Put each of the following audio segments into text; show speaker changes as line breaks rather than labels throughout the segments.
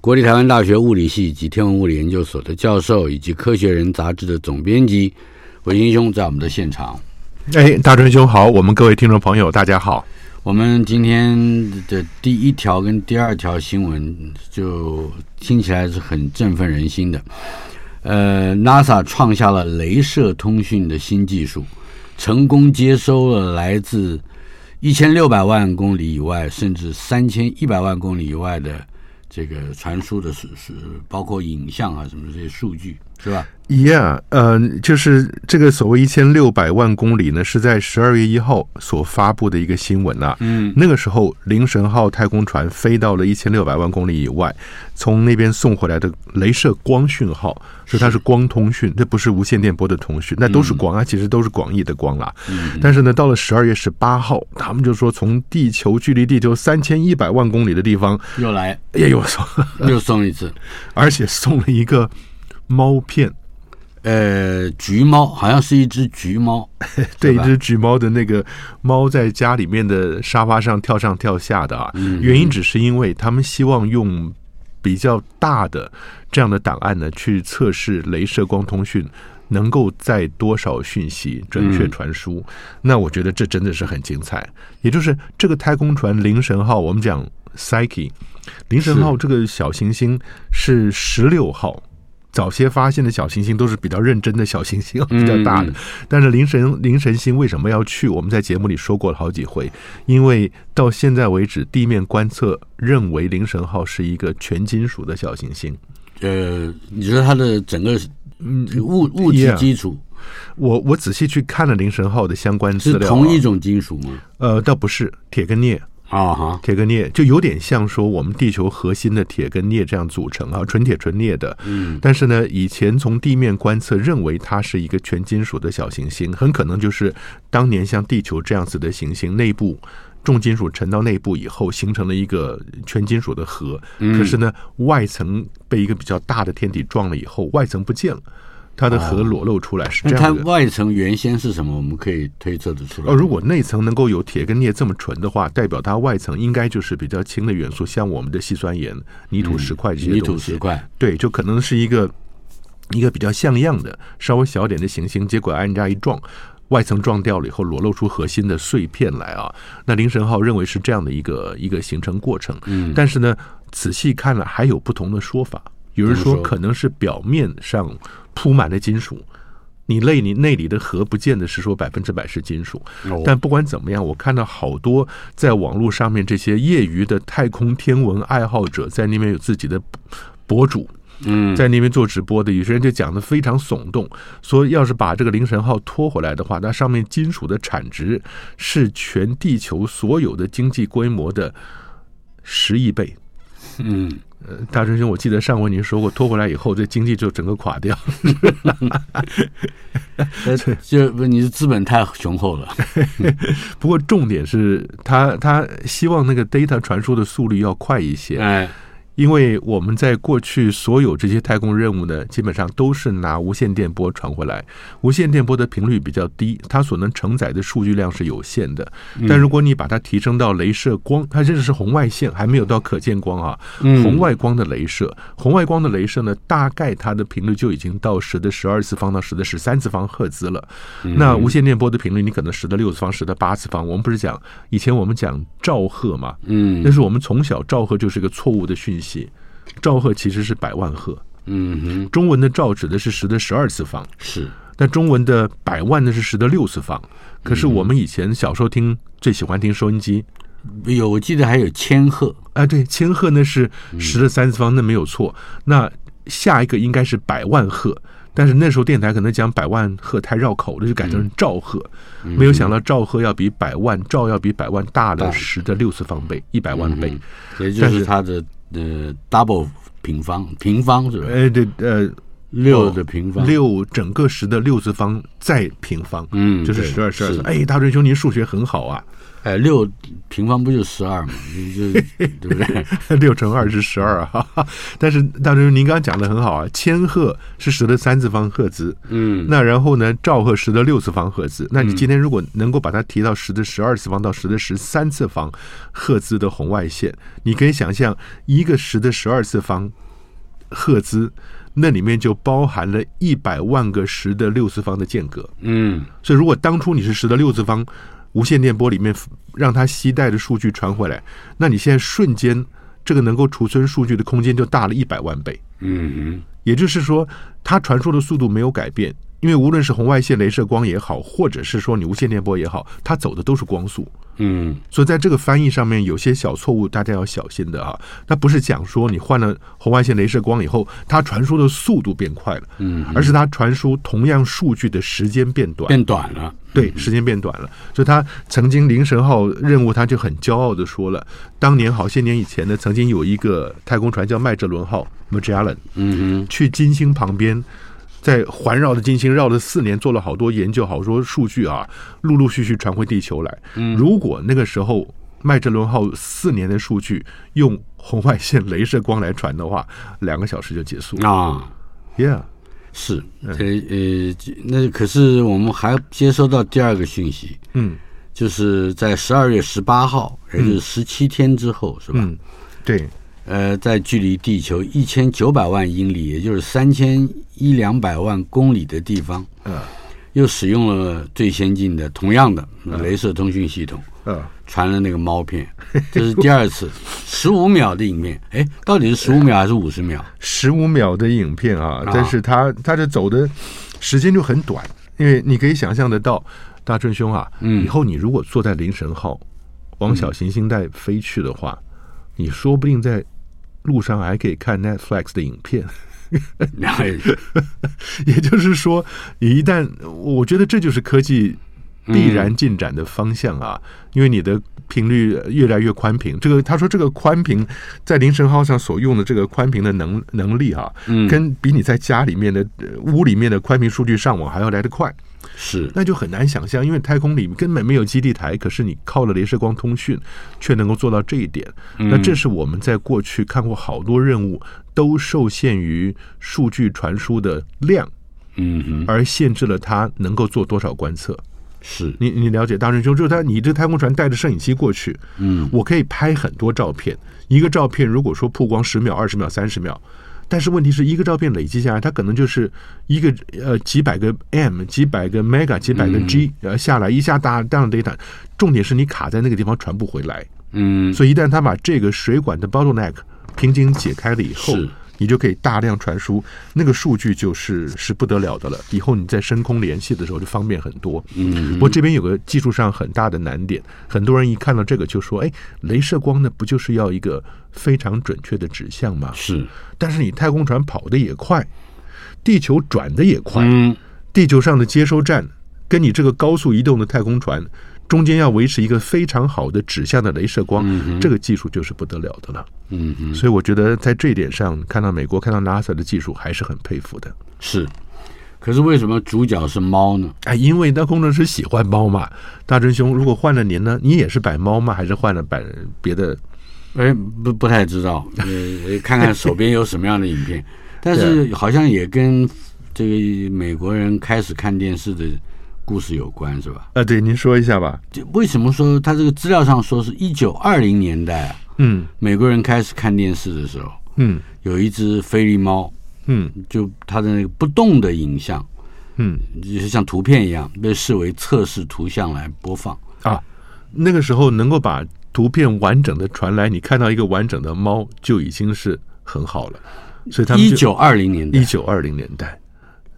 国立台湾大学物理系及天文物理研究所的教授以及《科学人》杂志的总编辑维新兄在我们的现场。
哎，大春兄好，我们各位听众朋友大家好。
我们今天的第一条跟第二条新闻就听起来是很振奋人心的。呃，NASA 创下了镭射通讯的新技术，成功接收了来自一千六百万公里以外，甚至三千一百万公里以外的这个传输的是是包括影像啊什么这些数据，是吧？
Yeah，嗯、就是这个所谓一千六百万公里呢，是在十二月一号所发布的一个新闻啊。
嗯，
那个时候，灵神号太空船飞到了一千六百万公里以外，从那边送回来的镭射光讯号，所以它是光通讯，这不是无线电波的通讯，那都是光啊，其实都是广义的光啦。但是呢，到了十二月十八号，他们就说从地球距离地球三千一百万公里的地方，哎
又来
也有送，
又送一次，
而且送了一个猫片。
呃，橘猫好像是一只橘猫，
对，
哎是
一
吧
只橘猫的那个猫在家里面的沙发上跳上跳下的啊，
嗯
原因只是因为他们希望用比较大的这样的档案呢，去测试镭射光通讯能够在多少讯息准
嗯
确传输。那我觉得这真的是很精彩，也就是这个太空船“灵神号”，我们讲 Psyche，灵神号这个小行星是十六号。早些发现的小行星都是比较认真的小行星， 比较大的。
嗯
但是灵神灵神星为什么要去？我们在节目里说过了好几回，因为到现在为止，地面观测认为灵神号是一个全金属的小行星。
呃，你说它的整个嗯物物质
Yeah
基础
我我仔细去看了灵神号的相关
是
资料、啊，
同一种金属吗？
呃，倒不是铁跟镍，
啊哈，
铁跟镍就有点像说我们地球核心的铁跟镍这样组成啊，纯铁纯镍的。
嗯，
但是呢，以前从地面观测认为它是一个全金属的小行星，很可能就是当年像地球这样子的行星内部。重金属沉到内部以后，形成了一个全金属的核。
嗯
可是呢，外层被一个比较大的天体撞了以后，外层不见了，它的核裸露出来，
哦
是
那
这
它
样的。
外层原先是什么？我们可以推测得出来。
哦，如果内层能够有铁跟镍这么纯的话，代表它外层应该就是比较轻的元素，像我们的细酸盐、泥土石块这
嗯
些
泥土
东西。
石块，
对，就可能是一个一个比较像样的、稍微小点的行星，结果按人家一撞，外层撞掉了以后，裸露出核心的碎片来啊。那灵神号认为是这样的一个一个形成过程，
嗯，
但是呢，仔细看了还有不同的说法，有人
怎么
说
说
可能是表面上铺满了金属。你内里内里的核不见得是说百分之百是金属，
哦
但不管怎么样，我看到好多在网络上面这些业余的太空天文爱好者在那边有自己的博主，
嗯，
在那边做直播的，有些人就讲的非常耸动，说要是把这个灵神号拖回来的话，那上面金属的产值是全地球所有的经济规模的十亿倍。
嗯，
呃，大春兄，我记得上回您说过，拖回来以后，这经济就整个垮掉。
呃就不你的资本太雄厚了，
不过重点是他他希望那个 data 传输的速率要快一些，
哎，
因为我们在过去所有这些太空任务呢，基本上都是拿无线电波传回来。无线电波的频率比较低，它所能承载的数据量是有限的。但如果你把它提升到镭射光，它这是红外线，还没有到可见光啊。
嗯
红外光的镭射，红外光的镭射呢，大概它的频率就已经到十的十二次方到十的十三次方赫兹了。那无线电波的频率，你可能十的六次方、十的八次方。我们不是讲以前我们讲兆赫嘛？
嗯
但是我们从小兆赫就是一个错误的讯息，兆赫其实是百万赫。
嗯哼，
中文的兆指的是十的十二次方，
是
那中文的百万呢是十的六次方。可是我们以前小时候听最喜欢听收音机，
有我记得还有千鹤，
啊，对，千赫呢是十的三次方，那没有错。那下一个应该是百万赫，但是那时候电台可能讲百万赫太绕口了，就改成兆赫。没有想到兆赫要比百万兆要比百万大
大
了十的六次方倍，一百万倍。
也就
但
是
是
它的呃 double 平方平方是吧？
哎，对，呃，
六的平方，
六整个十的六次方再平方，
嗯
就是十
对
二十二
是。
哎，大锤兄，您数学很好啊，
哎，六平方不就十二嘛？你 就对不对？
六乘二是十二啊。哈哈但是大锤兄，您刚刚讲的很好啊，千赫是十的三次方赫兹，
嗯，
那然后呢，兆赫十的六次方赫兹。那你今天如果能够把它提到十的十二次方到十的十三次方赫兹的红外线，你可以想象一个十的十二次方赫兹，那里面就包含了一百万个十的六次方的间隔。
嗯
所以如果当初你是十的六次方无线电波里面让它携带的数据传回来，那你现在瞬间这个能够储存数据的空间就大了一百万倍。
嗯
也就是说，它传输的速度没有改变，因为无论是红外线、镭射光也好，或者是说你无线电波也好，它走的都是光速。
哼嗯
所以在这个翻译上面有些小错误，大家要小心的啊。那不是讲说你换了红外线、镭射光以后，它传输的速度变快了，
嗯，
而是它传输同样数据的时间变短。
变短了。
对，时间变短了。所以他曾经灵神号任务，他就很骄傲的说了，当年好些年以前呢，曾经有一个太空船叫麦哲伦号 （Magellan），
嗯
去金星旁边，在环绕着金星绕了四年，做了好多研究，好多数据啊，陆陆续续传回地球来。如果那个时候麦哲伦号四年的数据用红外线、镭射光来传的话，两个小时就结束
哼
了。
啊。
Yeah，
是，
嗯
呃呃，那可是我们还接收到第二个讯息，
嗯
就是在十二月十八号，也就是十七天之后，是吧？
嗯，对，
呃，在距离地球一千九百万英里，也就是三千一两百万公里的地方，
嗯
又使用了最先进的同样的镭射通讯系统，
嗯，
传了那个猫片，这是第二次，十五秒的影片，哎，到底是十五秒还是五十秒？
十五秒的影片啊
啊，
但是他他的走的时间就很短，因为你可以想象得到，大春兄啊，
嗯
以后你如果坐在灵神号往小行星带飞去的话，
嗯
你说不定在路上还可以看 Netflix 的影片。
然后
也就是说，你一旦我觉得这就是科技必然进展的方向啊，因为你的频率越来越宽频。这个他说这个宽频在凌晨号上所用的这个宽频的能能力啊，
嗯
跟比你在家里面的呃屋里面的宽频数据上网还要来得快，
是，
那就很难想象，因为太空里根本没有基地台，可是你靠了镭射光通讯却能够做到这一点。那这是我们在过去看过好多任务都受限于数据传输的量。
嗯哼，
而限制了它能够做多少观测。
是，
你你了解大师兄，就是他，你这太空船带着摄影机过去，
嗯，
我可以拍很多照片，一个照片如果说曝光十秒、二十秒、三十秒。但是问题是一个照片累积下来，它可能就是一个呃几百个 M、几百个 mega、几百个 G，、呃下来一下大大量 data，重点是你卡在那个地方传不回来，
嗯，
所以一旦他把这个水管的 bottleneck 瓶颈解开了以后
是，
你就可以大量传输，那个数据就是是不得了的了。以后你在深空联系的时候就方便很多。嗯，不过这边有个技术上很大的难点，很多人一看到这个就说：“哎，镭射光呢不就是要一个非常准确的指向吗
是，？”
但是你太空船跑得也快，地球转得也快，
嗯，
地球上的接收站跟你这个高速移动的太空船中间要维持一个非常好的指向的镭射光，这个技术就是不得了的了。
嗯哼，
所以我觉得在这一点上，看到美国看到 NASA 的技术还是很佩服的。
是。可是为什么主角是猫呢？
哎，因为那工程师喜欢猫嘛，大真兄，如果换了您呢，你也是摆猫吗？还是换了摆别的？
哎，不不太知道，呃，看看手边有什么样的影 片。但是好像也跟这个美国人开始看电视的故事有关，是吧？
啊，对，您说一下吧。
这为什么说他这个资料上说是一九二零年代啊，
嗯
美国人开始看电视的时候，
嗯
有一只菲利猫，
嗯
就它的那个不动的影像，
嗯
就是像图片一样被视为测试图像来播放。
啊，那个时候能够把图片完整的传来，你看到一个完整的猫就已经是很好了。所以他们
一
就
九二零年代
一，九二零年代，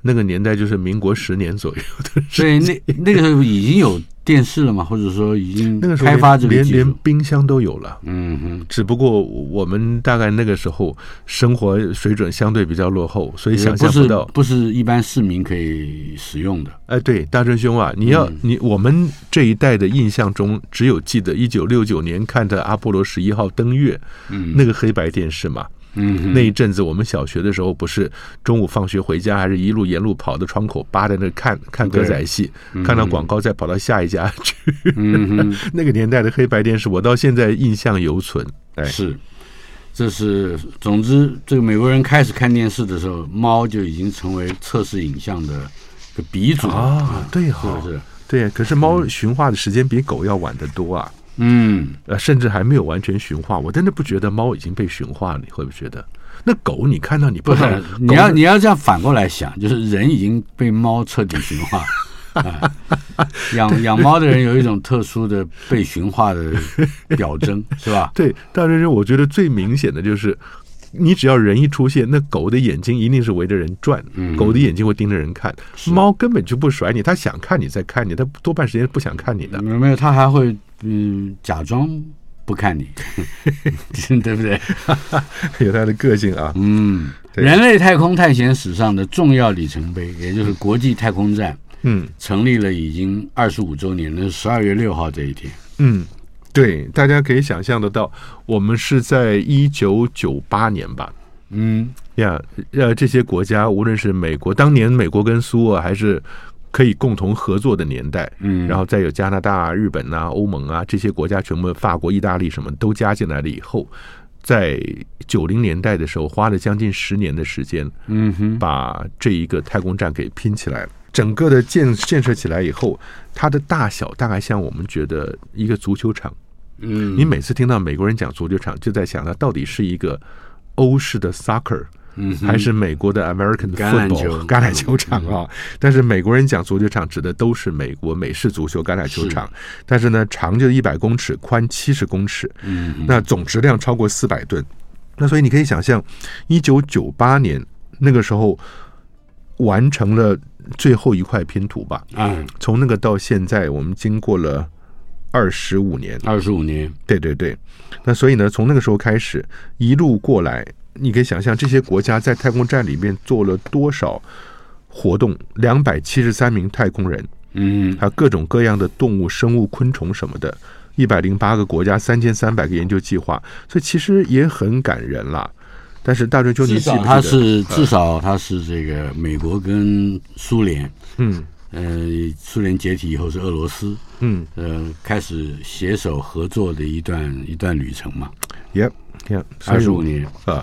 那个年代就是民国十年左右的事。
所以 那那个时候已经有电视了嘛，或者说已经
那个时
嗯
候
开发这个
连
技
连
术。
冰箱都有了，
嗯哼，
只不过我们大概那个时候生活水准相对比较落后，所以
也
想
不
象
是
到。
不是一般市民可以使用的。
哎，对，大春兄啊，你要、
嗯
你我们这一代的印象中，只有记得一九六九年看的阿波罗十一号登月，
嗯
那个黑白电视嘛。
嗯
那一阵子，我们小学的时候，不是中午放学回家，还是一路沿路跑到窗口扒在那看看歌仔戏，看到广告再跑到下一家去。
嗯
那个年代的黑白电视，我到现在印象犹存。哎
哼，，是，这是总之，这个美国人开始看电视的时候，猫就已经成为测试影像的一个鼻祖
啊，对
是
哈、
不是？
对，可是猫驯化的时间比狗要晚得多啊，
嗯，
呃，甚至还没有完全驯化。我真的不觉得猫已经被驯化了，你会不会觉得？那狗，你看到你不
不
知道
是，，你要你要这样反过来想，就是人已经被猫彻底驯 化。啊，养养猫的人有一种特殊的被驯化的表 征，是吧？
对，大学生我觉得最明显的就是，你只要人一出现，那狗的眼睛一定是围着人转，
嗯
狗的眼睛会盯着人看，猫根本就不甩你，它想看你在看你，它多半时间不想看你的。
没有，他还会嗯假装不看 你，对不对？
有它的个性啊，
嗯，
对
人类太空探险史上的重要里程碑，也就是国际太空站
嗯
成立了已经二十五周年，那是十二月六号这一天。
嗯。对，大家可以想象得到，我们是在一九九八年吧，
嗯，
呀，呃，这些国家，无论是美国，当年美国跟苏俄还是可以共同合作的年代，
嗯
然后再有加拿大、日本呐、欧盟啊这些国家，全部法国、意大利什么都加进来了以后，在九零年代的时候，花了将近十年的时间，
嗯哼，
把这一个太空站给拼起来了。整个的建建设起来以后，它的大小大概像我们觉得一个足球场。
嗯，
你每次听到美国人讲足球场，就在想它到底是一个欧式的 soccer，
嗯哼
还是美国的 American
橄榄
football
球 嗯
橄榄球场啊。但是美国人讲足球场指的都是美国美式足球橄榄球场，但是呢，长就一百公尺，宽七十公尺，
嗯
那总质量超过四百吨。那所以你可以想象，一九九八年那个时候完成了最后一块拼图吧。
啊，
从那个到现在，我们经过了二十五年。
二十五年，
对对对，那所以呢，从那个时候开始一路过来，你可以想象这些国家在太空站里面做了多少活动，两百七十三名太空人，
嗯
还有各种各样的动物、生物、昆虫什么的，一百零八个国家，三千三百个研究计划，所以其实也很感人啦。但是大追究你
至
记不
少嗯
记得？
他是至少他是这个美国跟苏联，
嗯
呃，苏联解体以后是俄罗斯，
嗯
呃，开始携手合作的一段一段旅程嘛，
，Yep Yep，
二十五年，
啊，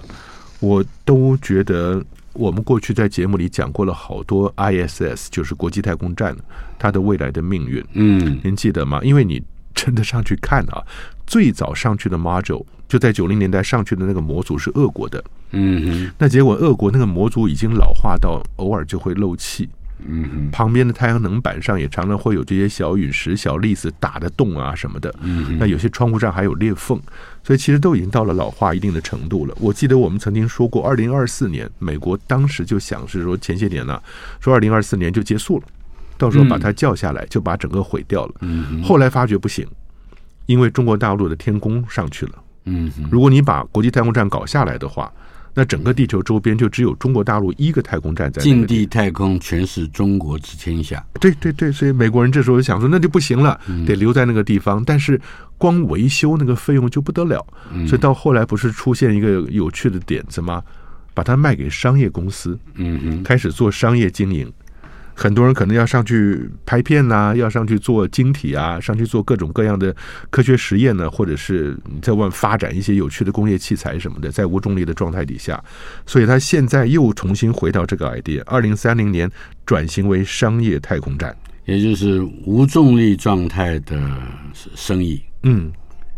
我都觉得我们过去在节目里讲过了好多 ISS，就是国际太空站它的未来的命运，
嗯
您记得吗？因为你真的上去看啊，最早上去的 module 就在九零年代上去的那个模组是俄国的，
嗯哼
那结果俄国那个模组已经老化到偶尔就会漏气，
嗯哼
旁边的太阳能板上也常常会有这些小陨石、小粒子打的洞啊什么的。
嗯
那有些窗户上还有裂缝，所以其实都已经到了老化一定的程度了。我记得我们曾经说过，二零二四年美国当时就想是说前些年呢、说二零二四年就结束了，到时候把它叫下来，就把整个毁掉了。
嗯哼
后来发觉不行，因为中国大陆的天宫上去了。
嗯哼，
如果你把国际太空站搞下来的话，那整个地球周边就只有中国大陆一个太空站在那个
近
地方
地太空全是中国之天下，
对对对，所以美国人这时候就想说，那就不行了，得留在那个地方。但是光维修那个费用就不得了，所以到后来不是出现一个有趣的点子吗？把它卖给商业公司，
嗯哼
开始做商业经营。很多人可能要上去拍片呐、要上去做晶体啊，上去做各种各样的科学实验呢，或者是你在外面发展一些有趣的工业器材什么的，在无重力的状态底下，所以他现在又重新回到这个 idea，二零三零年转型为商业太空站。
也就是无重力状态的生意。
嗯，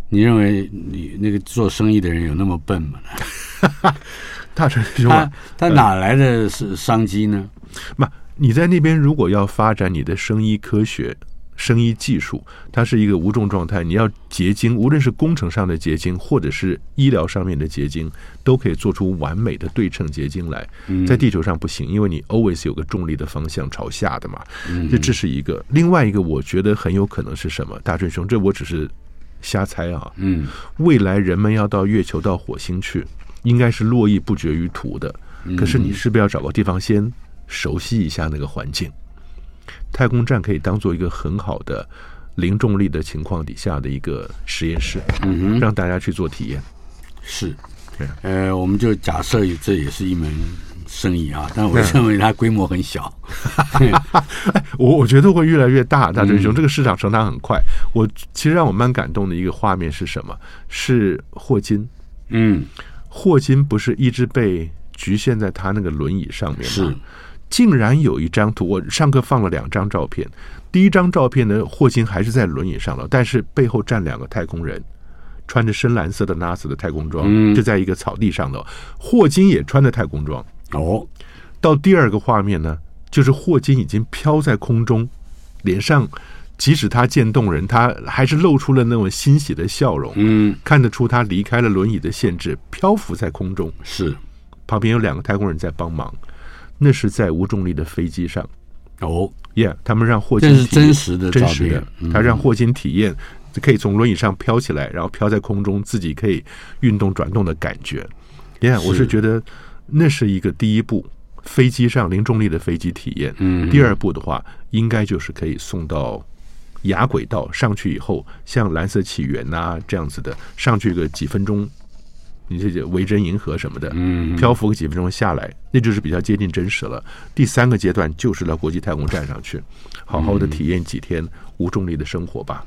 你认为你那个做生意的人有那么笨吗？
大成兄啊
他，他哪来的是商机呢？
不，你在那边如果要发展你的生医科学、生医技术，它是一个无重状态，你要结晶，无论是工程上的结晶，或者是医疗上面的结晶，都可以做出完美的对称结晶来。在地球上不行，因为你 always 有个重力的方向朝下的嘛。这这是一个，另外一个我觉得很有可能是什么？大春兄，这我只是瞎猜啊。
嗯
未来人们要到月球、到火星去，应该是络绎不绝于途的。
嗯
可是你是不是要找个地方先熟悉一下那个环境？太空站可以当做一个很好的零重力的情况底下的一个实验室，
嗯哼，
让大家去做体验。
是。
对啊
呃，我们就假设这也是一门生意啊，但我认为它规模很小。
我我觉得会越来越大，大追
嗯
兄，这个市场成长很快。我其实让我蛮感动的一个画面是什么？是霍金，
嗯，
霍金不是一直被局限在他那个轮椅上面吗？
是，
竟然有一张图，我上课放了两张照片。第一张照片呢，霍金还是在轮椅上了，但是背后站两个太空人，穿着深蓝色的 NASA 的太空装，
嗯
就在一个草地上了。霍金也穿着太空装。
哦，
到第二个画面呢，就是霍金已经飘在空中，脸上即使他见动人，他还是露出了那种欣喜的笑容，
嗯，
看得出他离开了轮椅的限制，漂浮在空中。
是，
旁边有两个太空人在帮忙，那是在无重力的飞机上。
哦，
Yeah，他们让霍金
这是
体验
真实的
真
照
实
片嗯
的，，他让霍金体验可以从轮椅上飘起来，然后飘在空中，自己可以运动转动的感觉。Yeah，我是觉得那是一个第一步，飞机上零重力的飞机体验。
嗯，
第二步的话，应该就是可以送到亚轨道上去以后，像蓝色起源呐、这样子的，上去个几分钟，你这些维珍银河什么的，
嗯，
漂浮个几分钟下来，那就是比较接近真实了。第三个阶段就是到国际太空站上去，好好的体验几天无重力的生活吧。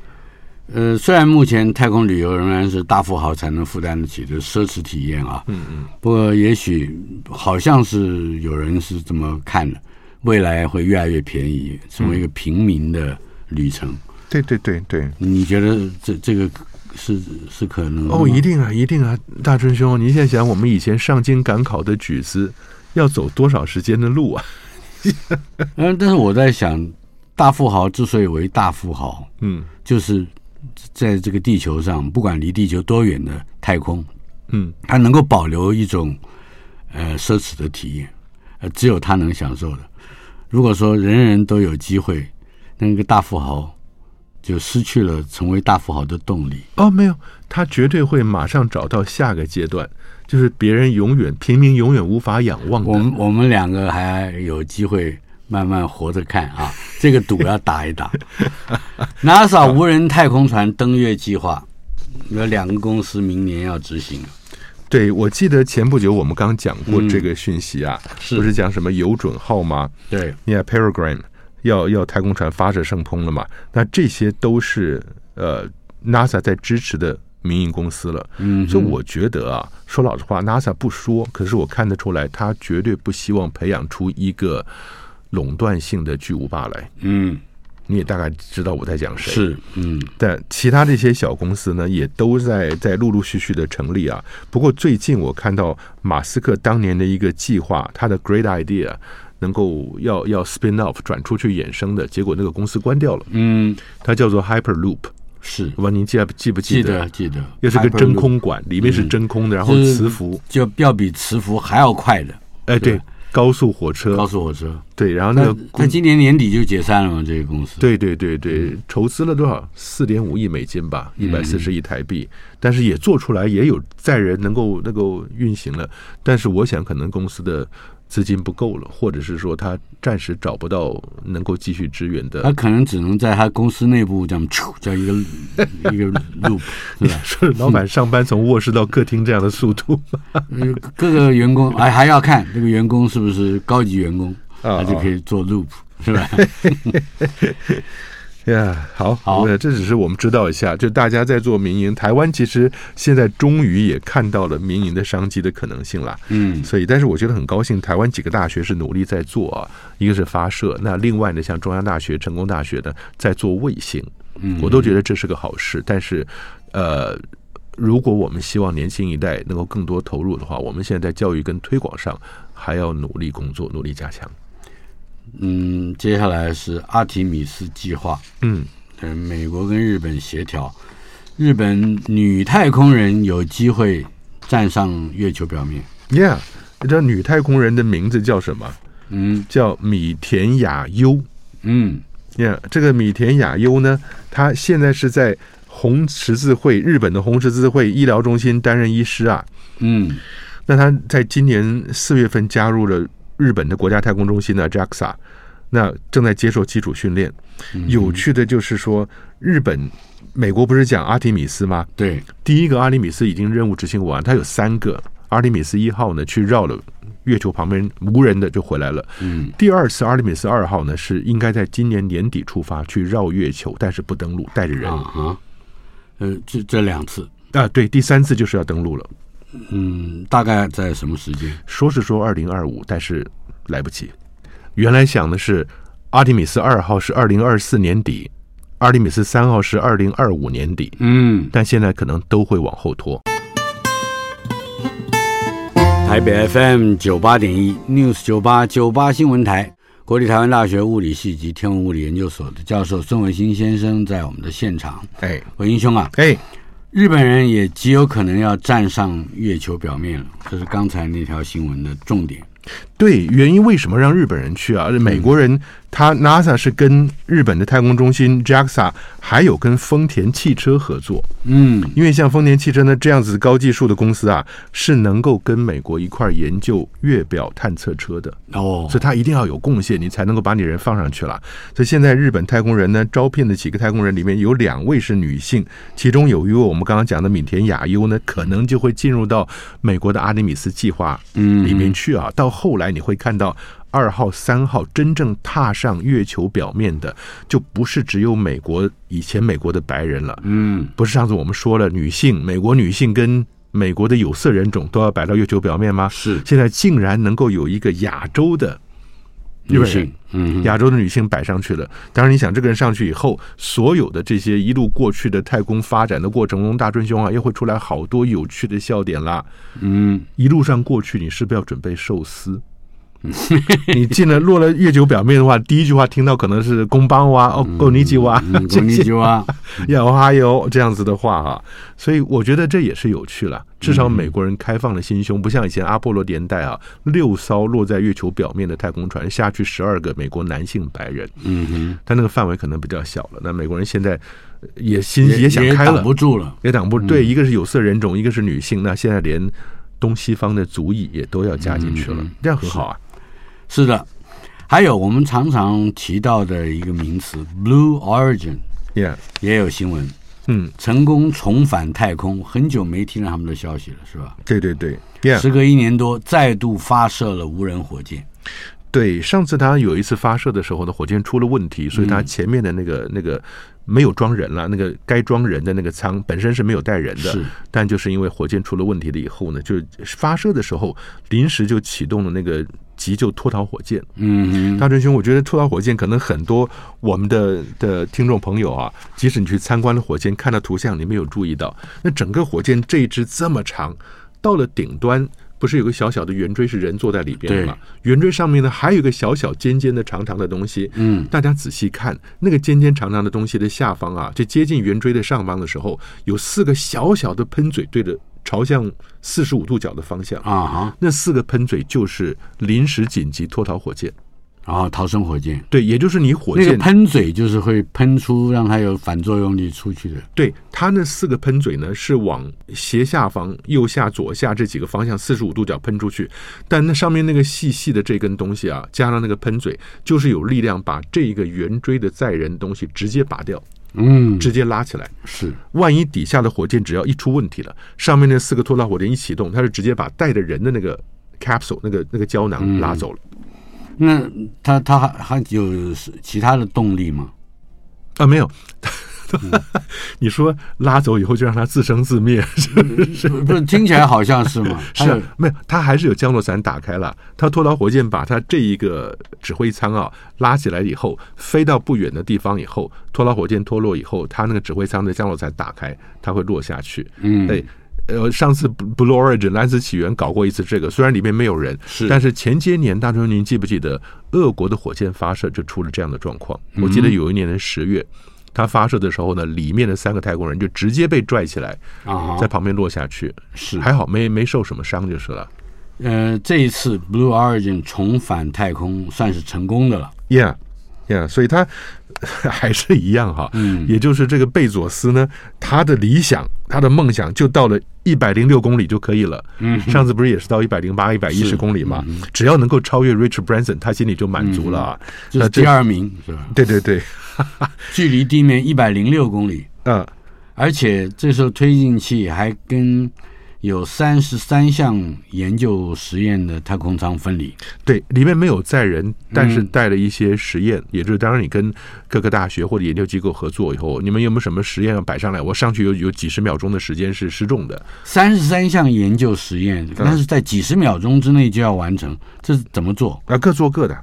呃，虽然目前太空旅游仍然是大富豪才能负担得起的奢侈体验啊，嗯嗯，不过也许好像是有人是这么看的，未来会越来越便宜，成为一个平民的旅程。
对对对对，
你觉得这这个是是可能的吗
嗯哦，一定啊，一定啊，大春兄，您现在想我们以前上京赶考的举子，要走多少时间的路啊？
嗯、但是我在想，大富豪之所以为大富豪，
嗯
就是在这个地球上，不管离地球多远的太空，
嗯，
他能够保留一种呃奢侈的体验，呃，只有他能享受的。如果说人人都有机会，那个大富豪就失去了成为大富豪的动力。
哦，没有，他绝对会马上找到下个阶段，就是别人永远平民永远无法仰望
我
的。
们我们两个还有机会慢慢活着看 啊，这个赌要打一打。NASA 无人太空船登月计划有两个公司明年要执行，
对，我记得前不久我们刚讲过这个讯息啊，
嗯是
不是讲什么有准号吗？
对，
你看 Peregrine 要要太空船发射升空了嘛？那这些都是呃 NASA 在支持的民营公司了。
嗯哼，
所以我觉得啊，说老实话，NASA 不说，可是我看得出来，他绝对不希望培养出一个垄断性的巨无霸来。
嗯
你也大概知道我在讲谁，
是嗯
但其他这些小公司呢，也都在在陆陆续续的成立啊。不过最近我看到马斯克当年的一个计划，他的 Great Idea 能够要要 spin off 转出去衍生的，结果那个公司关掉了，
嗯
它叫做 Hyperloop。
是
我不知道您记记不
记
记得？
得记得，
又是个真
Hyperloop 嗯
空管，里面是真空的，然后
就是
磁浮，
就要比磁浮还要快的
哎，对
吧，
高速火
高
车，
速火车。
对，然后那
那
个
他
公
今年年底就解散了嘛？这个公司，
对对对对，筹资了多少？四点五亿美金吧，一百四十亿台币。但是也做出来，也有载人能够能够运行了。但是我想，可能公司的资金不够了，或者是说他暂时找不到能够继续支援
他
的。
可能只能在他公司内部这样咻这样一个 一个 loop 是吧？
是老板上班从卧室到客厅这样的速度
呃各个员工哎还要看这个员工是不是高级员工，
啊
他就可以做 loop 是吧？
呀，好，
好
呃这只是我们知道一下，就大家在做民营，台湾其实现在终于也看到了民营的商机的可能性啦。
嗯
所以，但是我觉得很高兴，台湾几个大学是努力在做啊，一个是发射，那另外呢，像中央大学、成功大学呢，在做卫星，
嗯，
我都觉得这是个好事。但是，呃，如果我们希望年轻一代能够更多投入的话，我们现在在教育跟推广上还要努力工作，努力加强。
嗯，接下来是阿提米斯计划，
嗯，
呃，美国跟日本协调，日本女太空人有机会站上月球表面。
，Yeah，你知道女太空人的名字叫什么？
嗯
叫米田雅优。
嗯，
Yeah，这个米田雅优呢，他现在是在红十字会日本的红十字会医疗中心担任医师啊。
嗯
那他在今年四月份加入了日本的国家太空中心的啊 JAXA，那正在接受基础训练。有趣的就是说，日本、美国不是讲阿提米斯吗？
对，
第一个阿提米斯已经任务执行完，它有三个阿里米斯一号呢去绕了月球旁边无人的就回来了。
嗯，
第二次阿里米斯二号呢是应该在今年年底出发去绕月球，但是不登陆，带着人
啊
啊
哈，呃，这这两次，
对，第三次就是要登陆了。
嗯，大概在什么时间？
说是说二零二五，但是来不及。原来想的是阿提米斯二号是二零二四年底，阿提米斯三号是二零二五年底，
嗯，
但现在可能都会往后拖。
台北 FM 九八点一 News 九八九八新闻台，国立台湾大学物理系及天文物理研究所的教授孙伟新先生在我们的现场。
哎
伟英兄啊，
哎，
日本人也极有可能要站上月球表面了，这是刚才那条新闻的重点。
对，原因为什么让日本人去啊？美国人他 NASA 是跟日本的太空中心 JAXA，还有跟丰田汽车合作，
嗯
因为像丰田汽车呢这样子高技术的公司啊，是能够跟美国一块儿研究月表探测车的。
哦
所以他一定要有贡献，你才能够把你人放上去了。所以现在日本太空人呢，招聘的几个太空人里面有两位是女性，其中有一位我们刚刚讲的敏田雅优呢，可能就会进入到美国的阿尼米斯计划
嗯
里面去啊。到后来你会看到。二号、三号真正踏上月球表面的，就不是只有美国以前美国的白人了，
嗯
不是上次我们说了，女性美国女性跟美国的有色人种都要摆到月球表面吗？
是
现在竟然能够有一个亚洲的日
女
本人
性，嗯哼
亚洲的女性摆上去了。当然，你想这个人上去以后，所有的这些一路过去的太空发展的过程中，大春兄啊，又会出来好多有趣的笑点啦。
嗯
一路上过去，你是不是要准备寿司？ 你进了落了月球表面的话，第一句话听到可能是“宫邦哇”哦，“够尼基哇”
嗯，
这
こん
些
にちは。
有哈有这样子的话啊，所以我觉得这也是有趣了。至
嗯
少美国人开放了心胸，不像以前阿波罗年代啊，六艘落在月球表面的太空船下去十二个美国男性白人，
嗯哼，
但那个范围可能比较小了。那美国人现在呃 也心
也
想开
挡
了
不，住了。
也挡不对，
嗯
一个是有色人种，一个是女性，那现在连东西方的族裔也都要加进去了
嗯嗯，
这样很好啊。
是的，还有我们常常提到的一个名词 “Blue Origin”
Yeah，
也有新闻，
嗯，
成功重返太空，很久没听到他们的消息了，是吧？
对对对，Yeah，
时隔一年多，再度发射了无人火箭。
对，上次它有一次发射的时候呢，火箭出了问题，所以它
嗯
前面的那个、那个没有装人了，那个该装人的那个舱本身是没有带人的
是，
但就是因为火箭出了问题了以后呢，就是发射的时候临时就启动了那个急救脱逃火箭。
嗯哼，
大真兄，我觉得脱逃火箭可能很多我们的的听众朋友啊，即使你去参观了火箭，看到图像，你没有注意到，那整个火箭这一支这么长，到了顶端。不是有个小小的圆锥是人坐在里边的吗？圆锥上面呢还有一个小小尖尖的长长的东西。
嗯，
大家仔细看那个尖尖长长的东西的下方啊，就接近圆锥的上方的时候，有四个小小的喷嘴对着朝向四十五度角的方向。
啊哈，
那四个喷嘴就是临时紧急脱逃火箭。
然后逃生火箭，
对，也就是你火
那个
箭，
喷嘴就是会喷出让它有反作用力出去的。
对它那四个喷嘴呢，是往斜下方、右下、左下这几个方向四十五度角喷出去，但那上面那个细细的这根东西啊，加上那个喷嘴，就是有力量把这一个圆锥的载人东西直接拔掉，
嗯，
直接拉起来。
是
万一底下的火箭只要一出问题了，上面那四个拖拉火箭一启动，它是直接把带着人的那个 capsule 那个那个胶囊
嗯
拉走了。
那它它还还有其他的动力吗？
啊，没有。
嗯
你说拉走以后就让它自生自灭，
不不是，听起来好像是嘛？它
是
有
啊，没有，它还是有降落伞打开了。它脱逃火箭把它这一个指挥舱啊拉起来以后，飞到不远的地方以后，脱逃火箭脱落以后，它那个指挥舱的降落伞打开，它会落下去。
嗯，
对，呃，上次 Blue Origin 蓝色起源搞过一次这个，虽然里面没有人，
是
但是前些年大春您记不记得，俄国的火箭发射就出了这样的状况？
嗯
我记得有一年的十月。它发射的时候呢，里面的三个太空人就直接被拽起来，
啊
在
哈，
旁边落下去，
是
还好没没受什么伤就是了。
呃，这一次 Blue Origin 重返太空算是成功的了。
Yeah，Yeah，所以他 还是一样哈，
嗯，
也就是这个贝佐斯呢，他的理想、他的梦想就到了一百零六公里就可以了。
嗯，
上次不是也是到嗯一百零八、一百一十公里嘛？只要能够超越 Richard Branson，他心里就满足了啊。
这是
那这
第二名是吧？
对对对，
距离地
啊
面一百零六公里，
嗯、
而且这时候推进器还跟有三十三项研究实验的太空舱分离。
对，里面没有载人，但是带了一些实验，也就是当然你跟各个大学或者研究机构合作以后，你们有没有什么实验要摆上来？我上去有有几十秒钟的时间是失重的，
三十三项研究实验，但是在几十秒钟之内就要完成，这是怎么做？
啊，各做各的，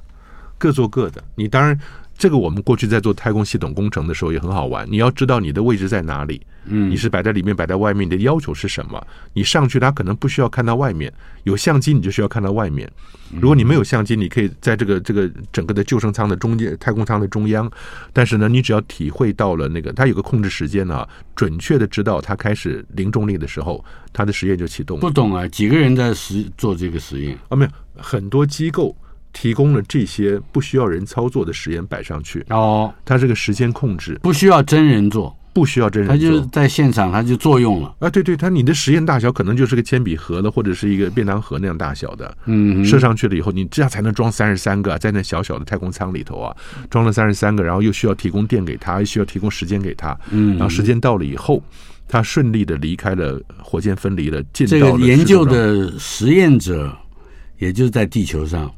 各做各的。你当然，这个我们过去在做太空系统工程的时候也很好玩。你要知道你的位置在哪里，嗯，你是摆在里面，摆在外面，你的要求是什么？你上去，它可能不需要看到外面，有相机你就需要看到外面。如果你没有相机，你可以在这个这个整个的救生舱的中间，太空舱的中央，但是呢，你只要体会到了那个它有个控制时间啊，准确的知道它开始零重力的时候，它的实验就启动了。
不懂啊，几个人在实做这个实验？
啊，没有，很多机构提供了这些不需要人操作的实验摆上去，
哦，
它这个时间控制
不需要真人做，
不需要真
他
人
就是
做。
在现场他就作用了。
啊，对对，它你的实验大小可能就是个铅笔盒了，或者是一个便当盒那样大小的，
嗯哼，
射上去了以后，你这样才能装三十三个啊，在那小小的太空舱里头啊，装了三十三个，然后又需要提供电给它，又需要提供时间给它，
嗯，
然后时间到了以后，它顺利的离开了火箭分离了，进
这
到
个
了
研
制
究
作中
的实验者，也就是在地球上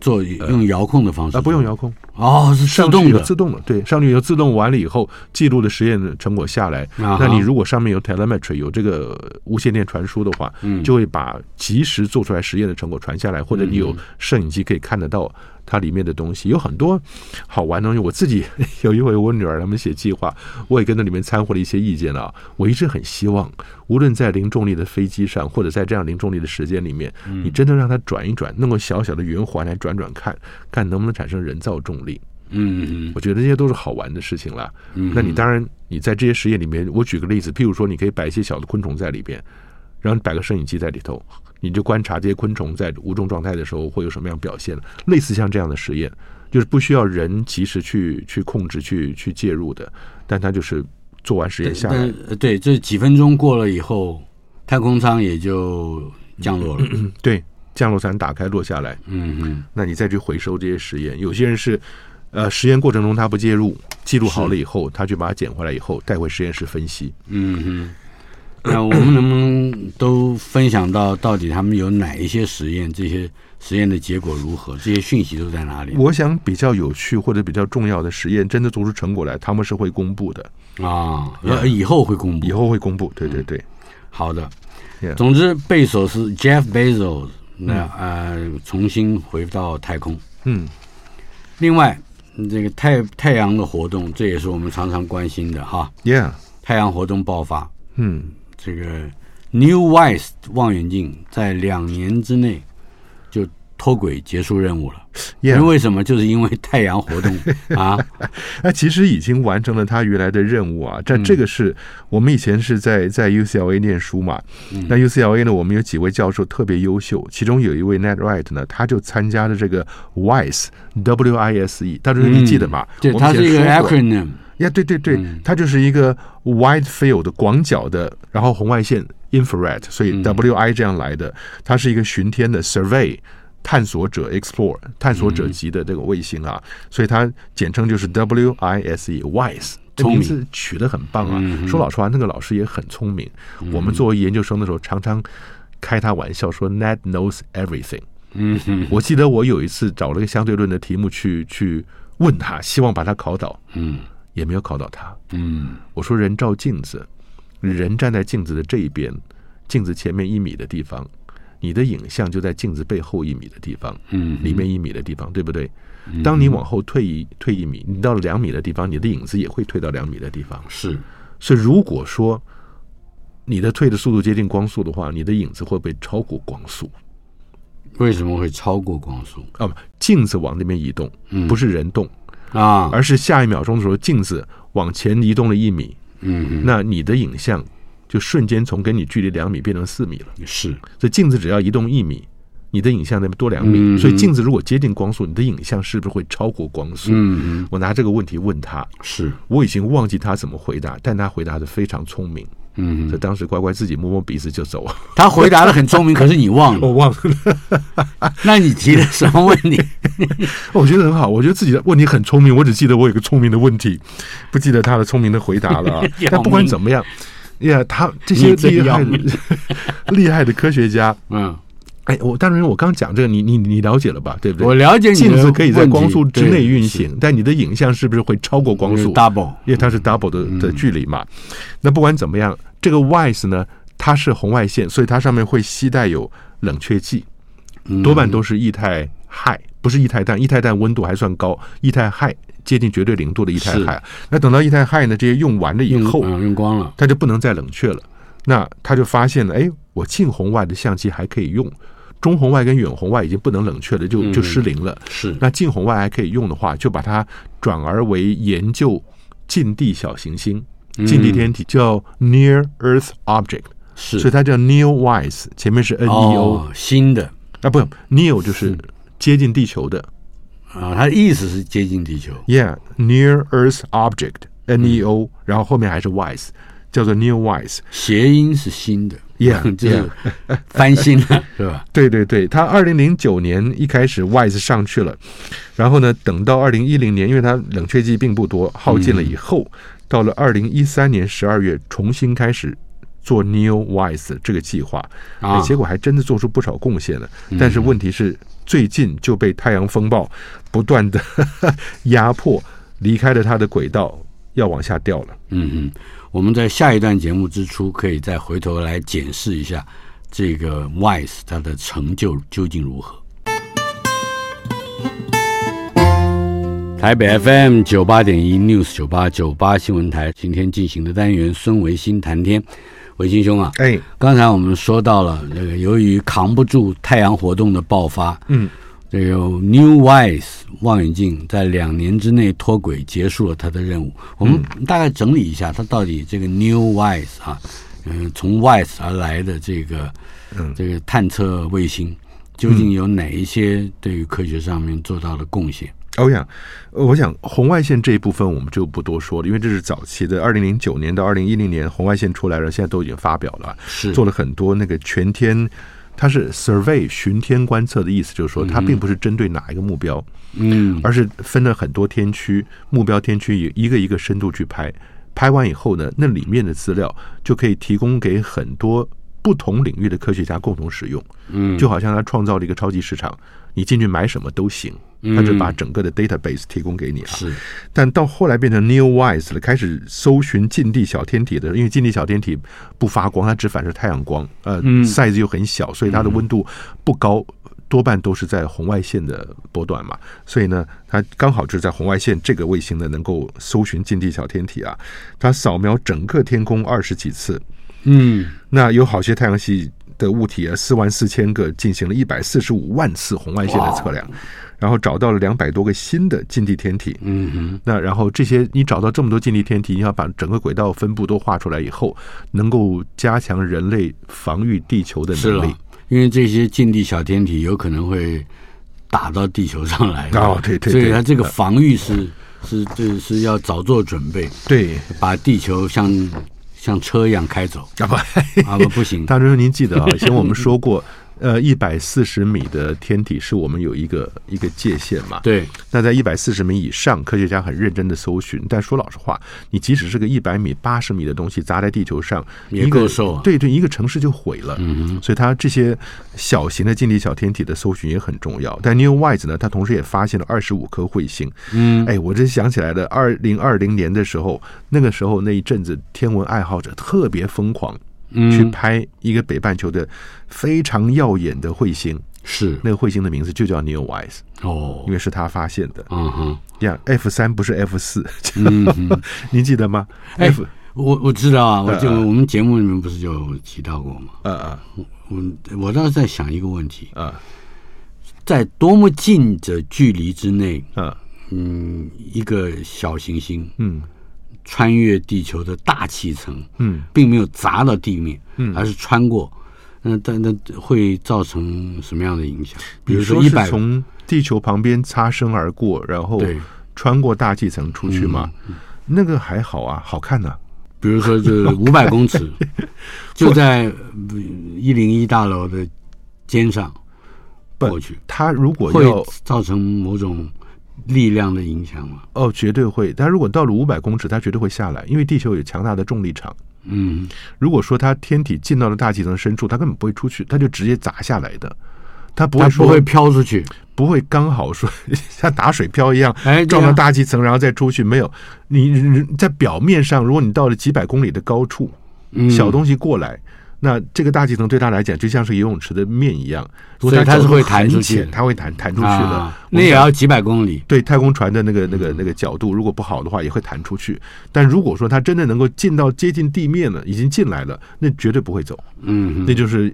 做用遥控的方式
呃啊，不用遥控。
哦，是自
上
动
去有
的
自动的，对，上去有自动完了以后，记录的实验成果下来。
啊哈
那你如果上面有 telemetry 有这个无线电传输的话，
嗯
就会把及时做出来实验的成果传下来，或者你有
嗯
摄影机可以看得到它里面的东西，有很多好玩的东西。我自己 有一回我女儿他们写计划，我也跟那里面掺和了一些意见啊。我一直很希望，无论在零重力的飞机上，或者在这样零重力的时间里面，
嗯
你真的让它转一转，弄个小小的圆环来转转看，看能不能产生人造重力。
嗯嗯
我觉得这些都是好玩的事情啦。
嗯
那你当然，你在这些实验里面，我举个例子，譬如说，你可以摆一些小的昆虫在里边，然后你摆个摄影机在里头，你就观察这些昆虫在无重状态的时候会有什么样表现，类似像这样的实验，就是不需要人及时去去控制、去去介入的，但它就是做完实验
对
下来
但，呃对，这几分钟过了以后，太空舱也就降落了。
对，降落伞打开落下来，
嗯嗯，
那你再去回收这些实验。有些人是，呃，实验过程中他不介入，记录好了以后，他去把它捡回来以后带回实验室分析。
嗯哼，那我们能不能都分享到到底他们有哪一些实验？这些实验的结果如何？这些讯息都在哪里？
我想比较有趣或者比较重要的实验，真的做出成果来，他们是会公布的，
啊，呃以后会公布。
以后会公布。对对对，
好的
Yeah，
总之，贝索斯 Jeff Bezos 那呃重新回到太空。
嗯，
另外，这个太太阳的活动，这也是我们常常关心的哈。
嗯，Yeah，
太阳活动爆发，
嗯，
这个 New Wise 望远镜在两年之内就脱轨结束任务了。因
Yeah
为为什么？就是因为太阳活 动啊，
那哎其实已经完成了他原来的任务啊。
嗯
但这个是、我们以前是在在 UCLA 念书嘛，
嗯
那 UCLA 呢，我们有几位教授特别优秀，其中有一位 Ned Wright 呢，他就参加了这个 WISE W I S E，大家你记得吗？
嗯对，
我
它
们以
是
前
一个
说过
acronym，
呀，对对对，
嗯
它就是一个 wide field 广角的，然后红外线 infrared，所
嗯
以 WI 这样来的。它是一个巡天的 survey 探索者 explore 探索
嗯
者级的这个卫星啊，所以它简称就是 WISE WISE。这
聪
名
明嗯
字取得很棒啊！说老实话，那个老师也很聪明。我们作为研究生的时候，常常开他玩笑说 “Ned knows everything”。
嗯哼，
我记得我有一次找了个相对论的题目去去问他，希望把他考倒。
嗯
也没有考倒他。
嗯
我说人照镜子，人站在镜子的这一边，镜子前面一米的地方，你的影像就在镜子背后一米的地方，
嗯，
里面一米的地方，对不对？当你往后退一退一米，你到了两米的地方，你的影子也会退到两米的地方。
是
所以如果说你的退的速度接近光速的话，你的影子会被超过光速
为什么会超过光速
啊？不镜子往那边移动，不是人动，
啊？
而是下一秒钟的时候，镜子往前移动了一米，
嗯
那你的影像就瞬间从跟你距离两米变成四米了。
哼，是
所以镜子只要移动一米，你的影像那边多两米。
嗯
所以镜子如果接近光速，你的影像是不是会超过光速？
嗯
我拿这个问题问他，
哼，是
我已经忘记他怎么回答，但他回答的非常聪明。
嗯哼
所以当时乖乖自己摸摸鼻子就走，
他回答的很 聪明，可是你忘了，
我忘了。
那你提的什么问 题？
我觉得很好，我觉得自己的问题很聪明，我只记得我有个聪明的问题，不记得他的聪明的回答了、啊
要。命
但不管怎么样，哎呀，他这些
你真
厉害
要命
厉害的科学家，
嗯，
哎，我当然我刚讲这个，你你你了解了吧？对不对？
我了解你的
镜子可以在
问题
光速之内
对
运，
是
行，但你的影像是不是会超过光
就是
速？
double
因为它是 double
嗯
的的距离嘛。那不管怎么样，这个 WISE 呢，它是红外线，所以它上面会携带有冷却剂，
嗯
多半都是液态氦，不是液态氮。液态氮温度还算高，液态氦接近绝对零度的液态氦。那等到液态氦呢，这些用完了以
用
后，
嗯用光了，
它就不能再冷却了。那他就发现了，哎，我近红外的相机还可以用，中红外跟远红外已经不能冷却了，
嗯
就就失灵了。
是
那近红外还可以用的话，就把它转而为研究近地小行星、
嗯
近地天体，叫 Near Earth Object，
是
所以它叫 Neo WISE，前面是 N E O、
哦新的
啊，不，Neo 就是接近地球的
啊，它的意思是接近地球，
，Yeah，Near Earth Object N E O，、然后
嗯
后面还是 WISE，叫做 Neo WISE。
谐音是新的
Yeah，
就是翻新 了，是吧？
对对对，他二零零九年一开始 Wise 上去了，然后呢，等到二零一零年，因为它冷却剂并不多，耗尽了以后，到了二零一三年十二月重新开始做 Neo Wise 这个计划，
啊
哎结果还真的做出不少贡献了。但是问题是，最近就被太阳风暴 不断的压迫，离开了它的轨道，要往下掉了。
嗯哼，我们在下一段节目之初，可以再回头来检视一下这个 WISE 它的成就究竟如何。台北 FM 九八点一 News 九八九八新闻台今天进行的单元孙维新谈天，维新兄啊，
哎，
刚才我们说到了这个，由于扛不住太阳活动的爆发，
嗯，
这个 New Wise 望远镜在两年之内脱轨，结束了它的任务。我们
嗯
大概整理一下，它到底这个 New Wise 啊，嗯、从 Wise 而来的这个，
嗯
这个探测卫星究竟有哪一些对于科学上面做到了贡献？
欧阳，呃我想红外线这一部分我们就不多说了，因为这是早期的，二零零九年到二零一零年红外线出来了，现在都已经发表了，啊
是
做了很多那个全天，它是 survey 巡天观测的意思，就是说它并不是针对哪一个目标，
嗯
而是分了很多天区，目标天区一一个一个深度去拍，拍完以后呢，那里面的资料就可以提供给很多不同领域的科学家共同使用。
嗯，
就好像他创造了一个超级市场，你进去买什么都行，他就把整个的 database 提供给你啊。
嗯是
但到后来变成 Neo Wise 了，开始搜寻近地小天体的，因为近地小天体不发光，它只反射太阳光，呃、s i z e 又很小，所以它的温度不高，多半都是在红外线的波段嘛。所以呢，它刚好就是在红外线这个卫星呢，能够搜寻近地小天体啊，它扫描整个天空二十几次，
嗯
那有好些太阳系的物体啊，四万四千个，进行了一百四十五万次红外线的测量，然后找到了两百多个新的近地天体。
嗯哼
那然后这些你找到这么多近地天体，你要把整个轨道分布都画出来以后，能够加强人类防御地球的
是
能
了
力。，
因为这些近地小天体有可能会打到地球上来的，
哦对对
所以
对
啊它这个防御是是这是要早做准备，
对，
把地球像像车一样开 走
啊不，
啊，不不行，
大春，您记得啊，以前我们说过，呃，一百四十米的天体是我们有一个一个界限嘛。
对，
那在一百四十米以上，科学家很认真的搜寻。但说老实话，你即使是个一百米、八十米的东西砸在地球上，
也
一个
够受啊
对对，一个城市就毁了。嗯、所以它这些小型的近地小天体的搜寻也很重要。但 New Wise 呢，它同时也发现了二十五颗彗星。嗯，哎，我真想起来了，二零二零年的时候，那个时候那一阵子，天文爱好者特别疯狂。
嗯
去拍一个北半球的非常耀眼的彗星，
是
那个彗星的名字就叫 New Wise，
哦
因，为是他发现的。
嗯哼，
呀，F 三不是 F 四，
嗯
您记得吗？F
我我知道啊，我就
呃
我们节目里面不是就有提到过吗？
呃呃
我我倒是在想一个问题，
呃
在多么近的距离之内，
呃，
嗯，一个小行星
嗯
穿越地球的大气层，
嗯，
并没有砸到地面，嗯，而是穿过。那但那会造成什么样的影响？比
你
如
说
一
是
百，
从地球旁边擦身而过，然后
对嗯
穿过大气层出去吗？那个还好啊，好看呢、
比如说 就是五百公尺，就在一零一大楼的肩上
不
过去，
它如果
会
要
造成某种力量的影响吗？
哦，绝对会。它如果到了五百公尺，它绝对会下来，因为地球有强大的重力场。
嗯，
如果说它天体进到了大气层深处，它根本不会出去，它就直接砸下来的。它不
它
会
不
说
会飘出去。
不会刚好说 像打水漂一样
哎，
撞
对
到
啊
大气层，然后再出去。没有，你你在表面上，如果你到了几百公里的高处，
嗯
小东西过来，那这个大气层对它来讲就像是游泳池的面一样，如果
所以它是
走得
会弹
很
出去
浅
的
它会弹弹出去的
啊。，
我
那
们
也
讲
要几百公里。
对太空船的那个那个那个角度，如果不好的话，也会弹出去。但如果说它真的能够进到接近地面了，已经进来了，那绝对不会走，
嗯，
那就是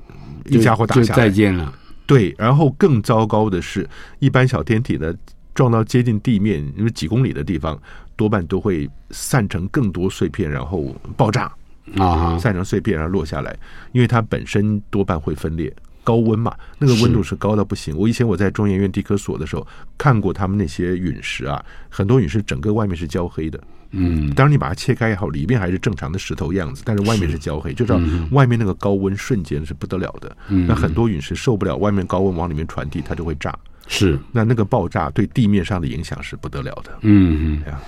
一
就
家伙打
就
下来
再。见了。
对，然后更糟糕的是，一般小天体呢撞到接近地面，因为几公里的地方，多半都会散成更多碎片，然后爆炸，
啊哈，
散成碎片然后落下来，因为它本身多半会分裂。高温嘛，那个温度是高到不行。我以前我在中研院地科所的时候看过他们那些陨石啊，很多陨石整个外面是焦黑的。
嗯，
当然你把它切开也好，里面还是正常的石头样子，但是外面是焦黑，就知道外面那个高温瞬间是不得了的。
嗯
那很多陨石受不了外面高温往里面传递，它就会炸。
是，
那那个爆炸对地面上的影响是不得了的。
嗯嗯
对啊，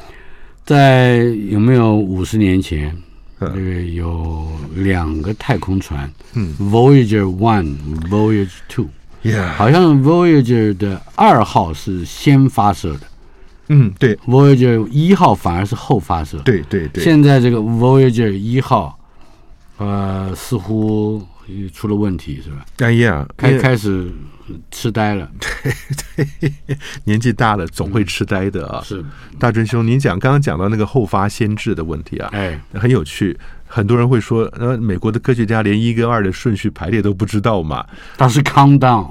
在有没有五十年前，
嗯
那个有两个太空船
嗯
，Voyager One、Voyager Two，
，Yeah，
好像 Voyager 的二号是先发射的
嗯，对
，Voyager 一号反而是后发射。
对对对，
现在这个 Voyager 一号，呃，似乎出了问题，是吧？
哎呀，
开
因为
开始痴呆了，
年纪大了总会痴呆的啊。
嗯是，
大真兄，您讲刚刚讲到那个后发先至的问题啊，
哎，
很有趣。很多人会说，呃，美国的科学家连一跟二的顺序排列都不知道嘛？
他是 calm down，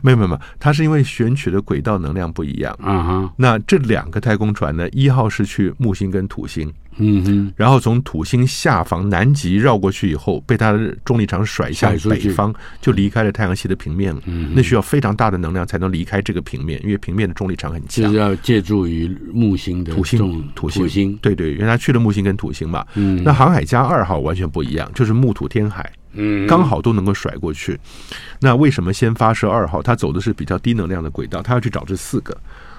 没有没有没有，它是因为选取的轨道能量不一样。
啊哈，
那这两个太空船呢，一号是去木星跟土星，
嗯哼，
然后从土星下方南极绕过去以后，被它的重力场甩向
甩出去
北方，就离开了太阳系的平面了。
嗯
那需要非常大的能量才能离开这个平面，因为平面的重力场很
就
强
是。要借助于木星的
土
重
星，土星，
土星，
对对，原来去了木星跟土星嘛。
嗯，
那航海家二号完全不一样，就是木土天海，
嗯
刚好都能够甩过去。那为什么先发射二号？它走的是比较低能量的轨道，它要去找这四个。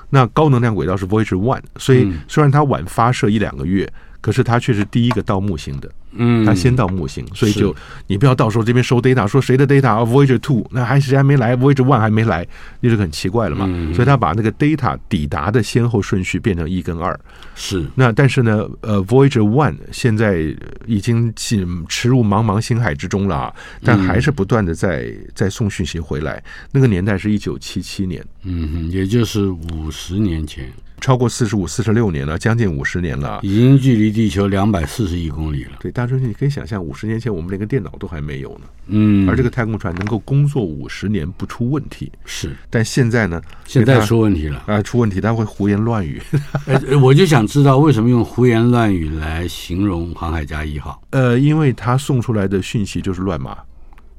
那高能量轨道是 Voyager One，所以
嗯
虽然它晚发射一两个月，可是它却是第一个到木星的。
嗯，
他先到木星，所以
是
就你不要到时候这边收 data，说谁的 data 啊，Voyager Two，那还谁还没来，Voyager One 还没来，那就很奇怪了嘛。
嗯
所以他把那个 data 抵达的先后顺序变成一跟二。
是
那但是呢，呃，Voyager One 现在已经进驰入茫茫星海之中了啊，但还
嗯
是不断的在在送讯息回来。那个年代是一九七七年，
嗯哼，也就是五十年前，
超过四十五、四十六年了，将近五十年了啊。
已经距离地球两百四十亿公里了，
对，大春兄，你可以想象，五十年前我们连个电脑都还没有呢，
嗯，
而这个太空船能够工作五十年不出问题。
是
但现在呢，
现在
因为它
出问题了。
啊、出问题，他会胡言乱语。
呃，我就想知道为什么用胡言乱语来形容航海家一号？
呃，因为他送出来的讯息就是乱码，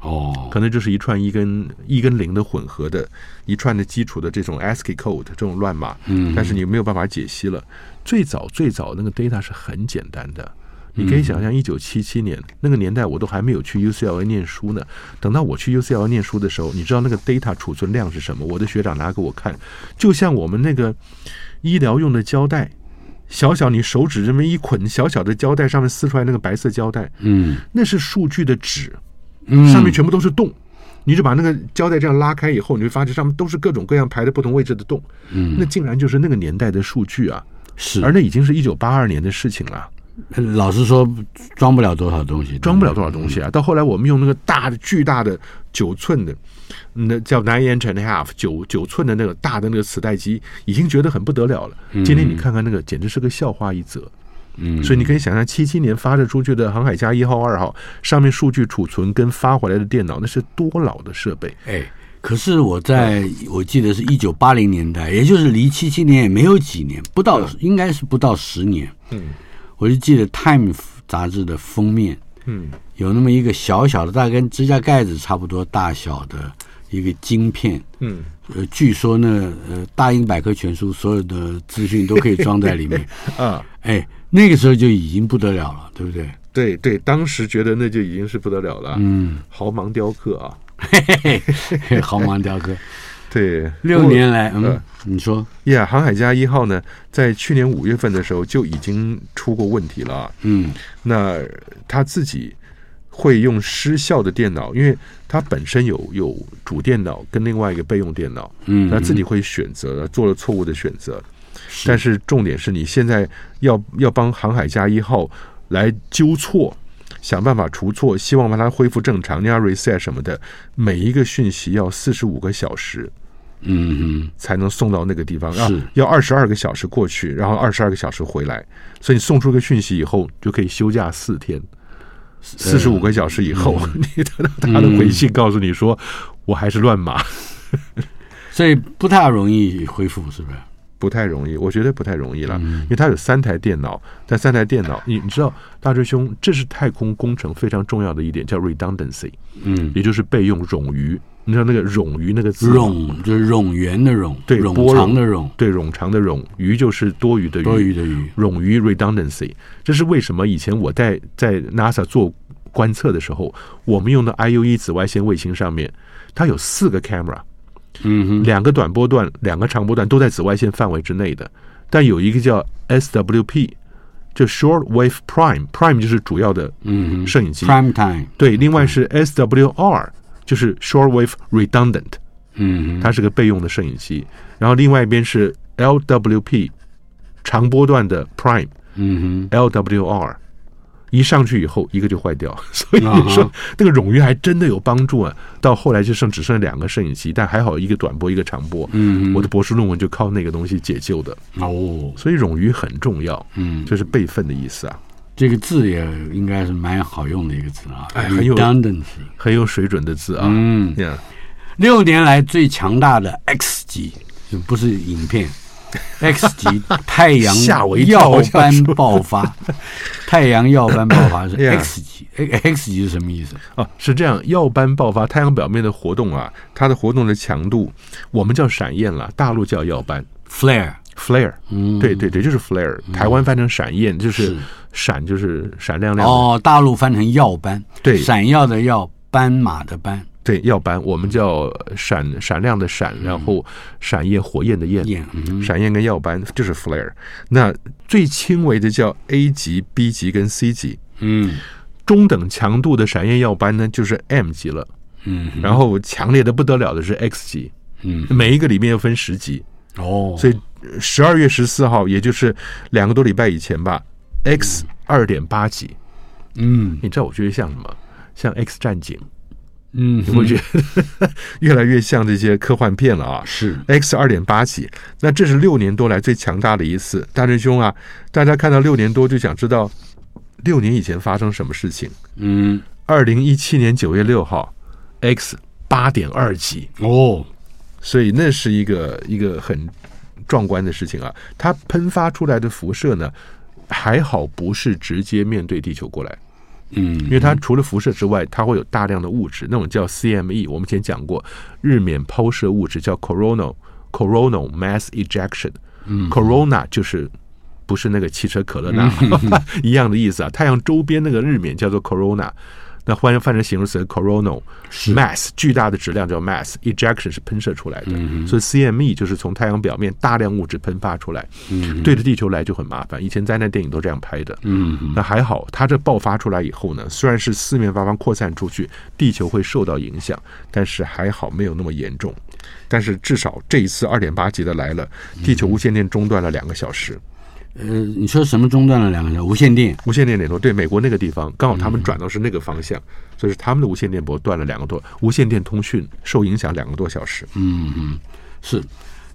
哦，
可能就是一串一跟一跟零的混合的，一串的基础的这种 ASCII code 这种乱码，
嗯，
但是你没有办法解析了。最早最早那个 data 是很简单的。你可以想象，一九七七年那个年代，我都还没有去 UCLA 念书呢。等到我去 UCLA 念书的时候，你知道那个 data 储存量是什么？我的学长拿给我看，就像我们那个医疗用的胶带，小小你手指这么一捆，小小的胶带上面撕出来那个白色胶带，
嗯
那是数据的纸，
嗯，
上面全部都是洞。你就把那个胶带这样拉开以后，你会发现上面都是各种各样排在不同位置的洞，
嗯
那竟然就是那个年代的数据啊！
是，
而那已经是一九八二年的事情了，
老实说装不了多少东西，
装不了多少东西啊。到后来我们用那个大的、巨大的九寸的，那叫 nine inch and a half 九九寸的那个大的那个磁带机，已经觉得很不得了了。今天你看看那个，简直是个笑话一则。
嗯，
所以你可以想象，七七年发射出去的航海家一号、二号上面数据储存跟发回来的电脑，那是多老的设备。
哎，可是我在我记得是一九八零年代，也就是离七七年也没有几年，不到、应该是不到十年。
嗯，
我就记得《Time》杂志的封面
嗯，
有那么一个小小的，大概跟指甲盖子差不多大小的一个晶片。
嗯，
呃，据说呢，呃，《大英百科全书》所有的资讯都可以装在里 面。
啊，
哎，那个时候就已经不得了了，对不对？
对对，当时觉得那就已经是不得了了，
嗯，
豪芒雕刻啊，
嘿嘿嘿，嘿，豪芒雕刻。
对，
六
不过
年来，嗯
呃，
你说，
呀航海家一号呢，在去年五月份的时候就已经出过问题了啊。
嗯
那他自己会用失效的电脑，因为他本身有有主电脑跟另外一个备用电脑，
嗯，
他自己会选择做了错误的选择。
是，
但是重点是你现在要要帮航海家一号来纠错，想办法除错，希望把它恢复正常，你要 reset 什么的，每一个讯息要四十五个小时
嗯
才能送到那个地方，
是
啊，要二十二个小时过去，然后二十二个小时回来，所以你送出个讯息以后就可以休假四
呃
天。四十五个小时以后，
嗯
你得到他的回信，告诉你说、我还是乱码，
哼，所以不太容易恢复，是不是？
不太容易，我觉得不太容易了，
嗯
因为他有三台电脑，但三台电脑，你你知道，大追兄，这是太空工程非常重要的一点，叫 redundancy，
嗯，
也就是备用冗余。你知道那个冗余那个字吗，
冗就是冗员的冗，
对
冗
波
长
冗
的冗，
对冗长的冗余就是多余的余，
多余的余，
冗余 redundancy，这是为什么？以前我在在 NASA 做观测的时候，我们用的 IUE 紫外线卫星上面，它有四个 camera，
嗯
两个短波段、两个长波段都在紫外线范围之内的，但有一个叫 SWP，就 Short Wave Prime，Prime 就是主要的
嗯
摄影机，
，prime 嗯 time，
对，另外是 SWR，就是 Short Wave Redundant，
嗯哼，
它是个备用的摄影机，然后另外一边是 LWP，长波段的 Prime。
嗯
LWR，一上去以后一个就坏掉， 所以
啊哈
说那个冗余还真的有帮助啊。到后来就剩只剩两个摄影机，但还好一个短波一个长波。
嗯
我的博士论文就靠那个东西解救的，
哼，哦，
所以冗余很重要，
嗯，
这是备份的意思啊，
这个字也应该是蛮好用的一个字啊
哎很有
，redundancy，
很有水准的字啊。
嗯，
呀，
六年来最强大的 X 级，就不是影 片，X 级太阳
吓我一跳
耀
我想
斑
说
爆 发，太阳耀斑爆发是
Yeah
X 级哎，X 级是什么意思？
哦、是这样，耀斑爆发，太阳表面的活动啊，它的活动的强度，我们叫闪焰了，大陆叫耀斑
flare，
（flare）。
嗯，
对对对，就是 flare，台湾翻成闪焰，就是
是
闪，就是闪亮亮的。
哦，大陆翻成耀斑，
对
闪耀的耀，斑马的斑，
对，耀斑，我们叫闪闪亮的闪，
嗯
然后闪焰火焰的焰，
眼，嗯
闪焰跟耀斑就是 flare。那最轻微的叫 A 级、B 级跟 C 级，
嗯
中等强度的闪焰耀斑呢就是 M 级了，
嗯
然后强烈的不得了的是 X 级，
嗯，
每一个里面又分十级，
哦，
所以十二月十四号，也就是两个多礼拜以前吧，X 二点八级，
嗯
你知道我觉得像什么？像 X 战警，
嗯，
你会觉得 越来越像这些科幻片了啊。
是
X 二点八起，那这是六年多来最强大的一次。大真兄啊，大家看到六年多就想知道六年以前发生什么事情。
嗯
二零一七年九月六号，X 八点二级，
哦，
所以那是一个一个很壮观的事情啊。它喷发出来的辐射呢，还好不是直接面对地球过来，因
嗯
为它除了辐射之外，它会有大量的物质，那种叫 CME，我们以前讲过，日冕抛射物质叫 coronal coronal mass ejection。corona
嗯
就是不是那个汽车可乐那
嗯
一样的意思啊？太阳周边那个日冕叫做 corona，那换换成形容词 coronal
是
mass 巨大的质量叫 mass，ejection 是喷射出来的，
嗯
所以 CME 就是从太阳表面大量物质喷发出来，对着地球来就很麻烦。以前灾难电影都这样拍的，
嗯
那还好，它这爆发出来以后呢，虽然是四面八方扩散出去，地球会受到影响，但是还好没有那么严重。但是至少这一次二点八级的来了，地球无线电中断了两个小时，
呃，你说什么中断了两个小时？无线电，
无线电联络对美国那个地方，刚好他们转到是那个方向，所以是他们的无线电波断了两个多，无线电通讯受影响两个多小时。
嗯嗯，是。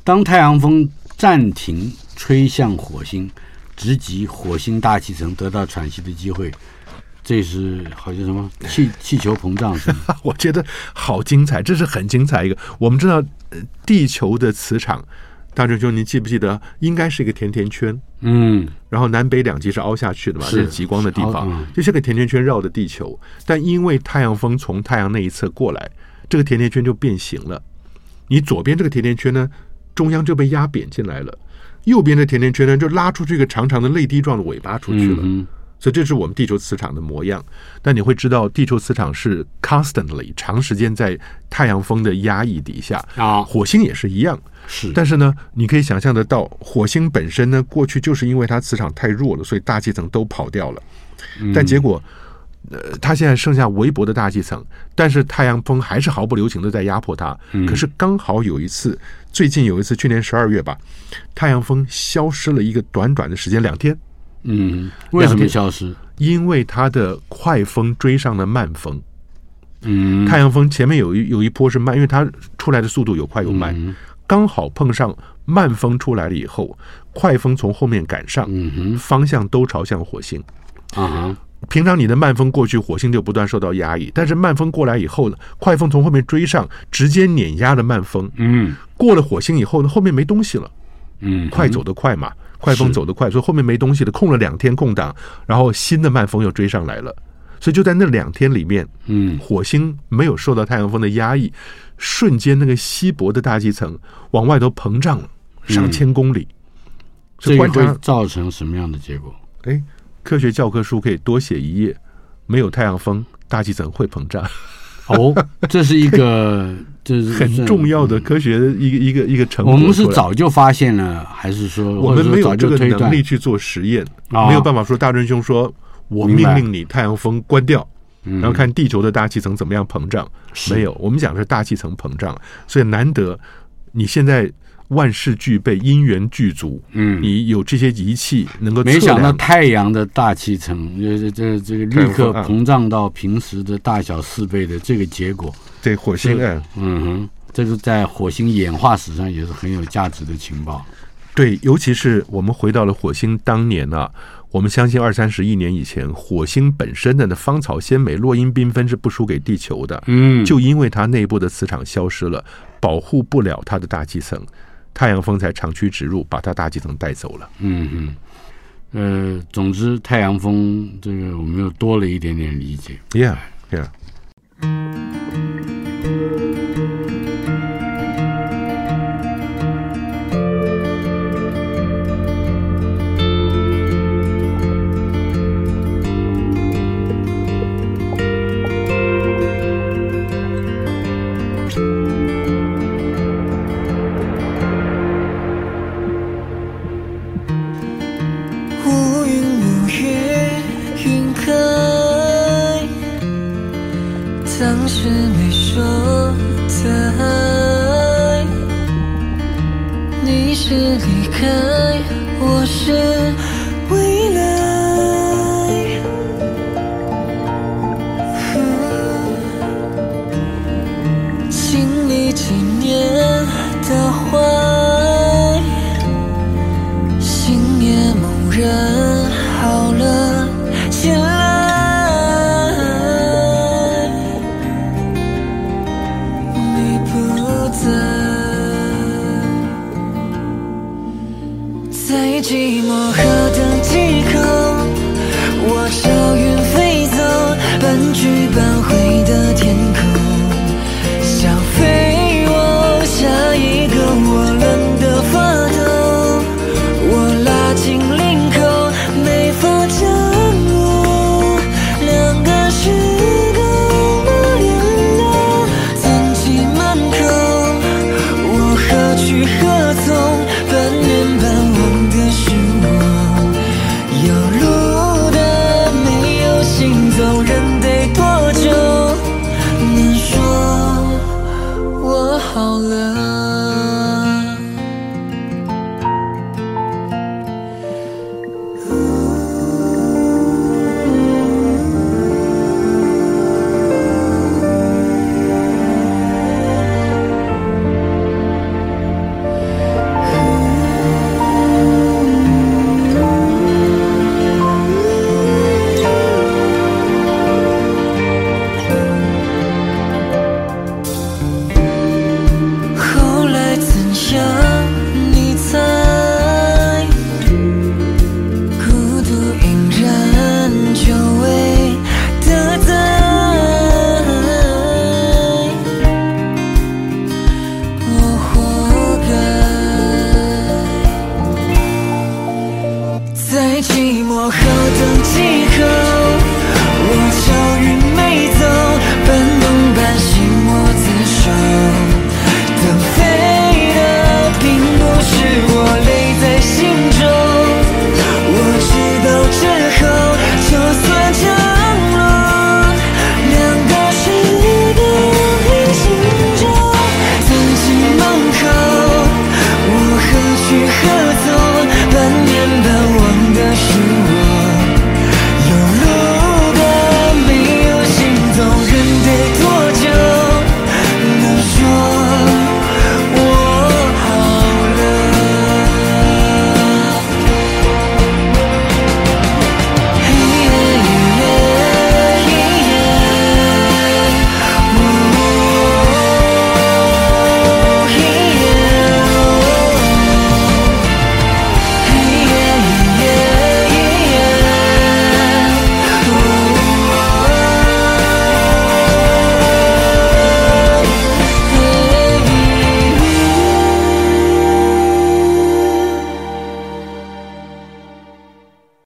当太阳风暂停吹向火星，直击火星大气层，得到喘息的机会，这是好像什么 气气球膨胀是吗？
我觉得好精彩，这是很精彩一个。我们知道，呃地球的磁场，大壮兄，您记不记得应该是一个甜甜圈？
嗯
然后南北两极是凹下去的嘛，
是
这是极光的地方
嗯，
就像个甜甜圈绕着地球。但因为太阳风从太阳那一侧过来，这个甜甜圈就变形了。你左边这个甜甜圈呢，中央就被压扁进来了；右边的甜甜圈呢，就拉出去一个长长的泪滴状的尾巴出去了。
嗯
所以这是我们地球磁场的模样。但你会知道，地球磁场是 constantly 长时间在太阳风的压抑底下，
啊，
火星也是一样。
是
但是呢，你可以想象得到，火星本身呢，过去就是因为它磁场太弱了，所以大气层都跑掉了。但结果，呃，它现在剩下微薄的大气层，但是太阳风还是毫不留情的在压迫它。可是刚好有一次，最近有一次，去年十二月吧，太阳风消失了一个短短的时间，两天，
嗯，为什
两
么
天
消失？
因为它的快风追上了慢风。
嗯，
太阳风前面有一有一波是慢，因为它出来的速度有快有慢，
嗯
刚好碰上慢风出来了以后，快风从后面赶上，方向都朝向火星。
嗯啊哈，
平常你的慢风过去，火星就不断受到压抑，但是慢风过来以后呢，快风从后面追上，直接碾压了慢风。
嗯
过了火星以后呢，后面没东西了。
嗯，
快走得快嘛，快风走得快，所以后面没东西了，空了两天空档，然后新的慢风又追上来了，所以就在那两天里面，
嗯，
火星没有受到太阳风的压抑，瞬间那个稀薄的大气层往外头膨胀了，上千公里，所
这
以
个
观
嗯会
察，
造成什么样的结果？
哎，科学教科书可以多写一页，没有太阳风，大气层会膨胀，
哦，这是一个，这是 嗯
很重要的科学的一个一个一个成果
我
出来。
们是早就发现了，还是说
我们没有
或
这
者说早就
个
推
能
断
力去做实验，
啊
没有办法说大真兄说我
明
命
白嗯
令你太阳风关掉，然后看地球的大气层怎么样膨胀。没有，我们讲的是大气层膨胀，所以难得你现在万事俱备，因缘具足，
嗯，
你有这些仪器能够测
没想到
量。
太阳的大气层，这这这这个立刻
太阳风
膨胀到平时的大小四倍的这个结果，
对火星，
是
哎，
嗯哼，这个在火星演化史上也是很有价值的情报。
对，尤其是我们回到了火星当年啊，我们相信二三十亿年以前，火星本身的那芳草鲜美、落英缤纷是不输给地球的。
嗯，
就因为它内部的磁场消失了，保护不了它的大气层，太阳风才长驱直入，把它大气层带走了。
嗯嗯，呃，总之太阳风这个我们又多了一点点理解。
Yeah, yeah。
无云无月，云开。当时没说的爱，你是离开，我是未来。嗯经历几年的怀。星夜某人好了起来，你不在，在寂寞和等饥渴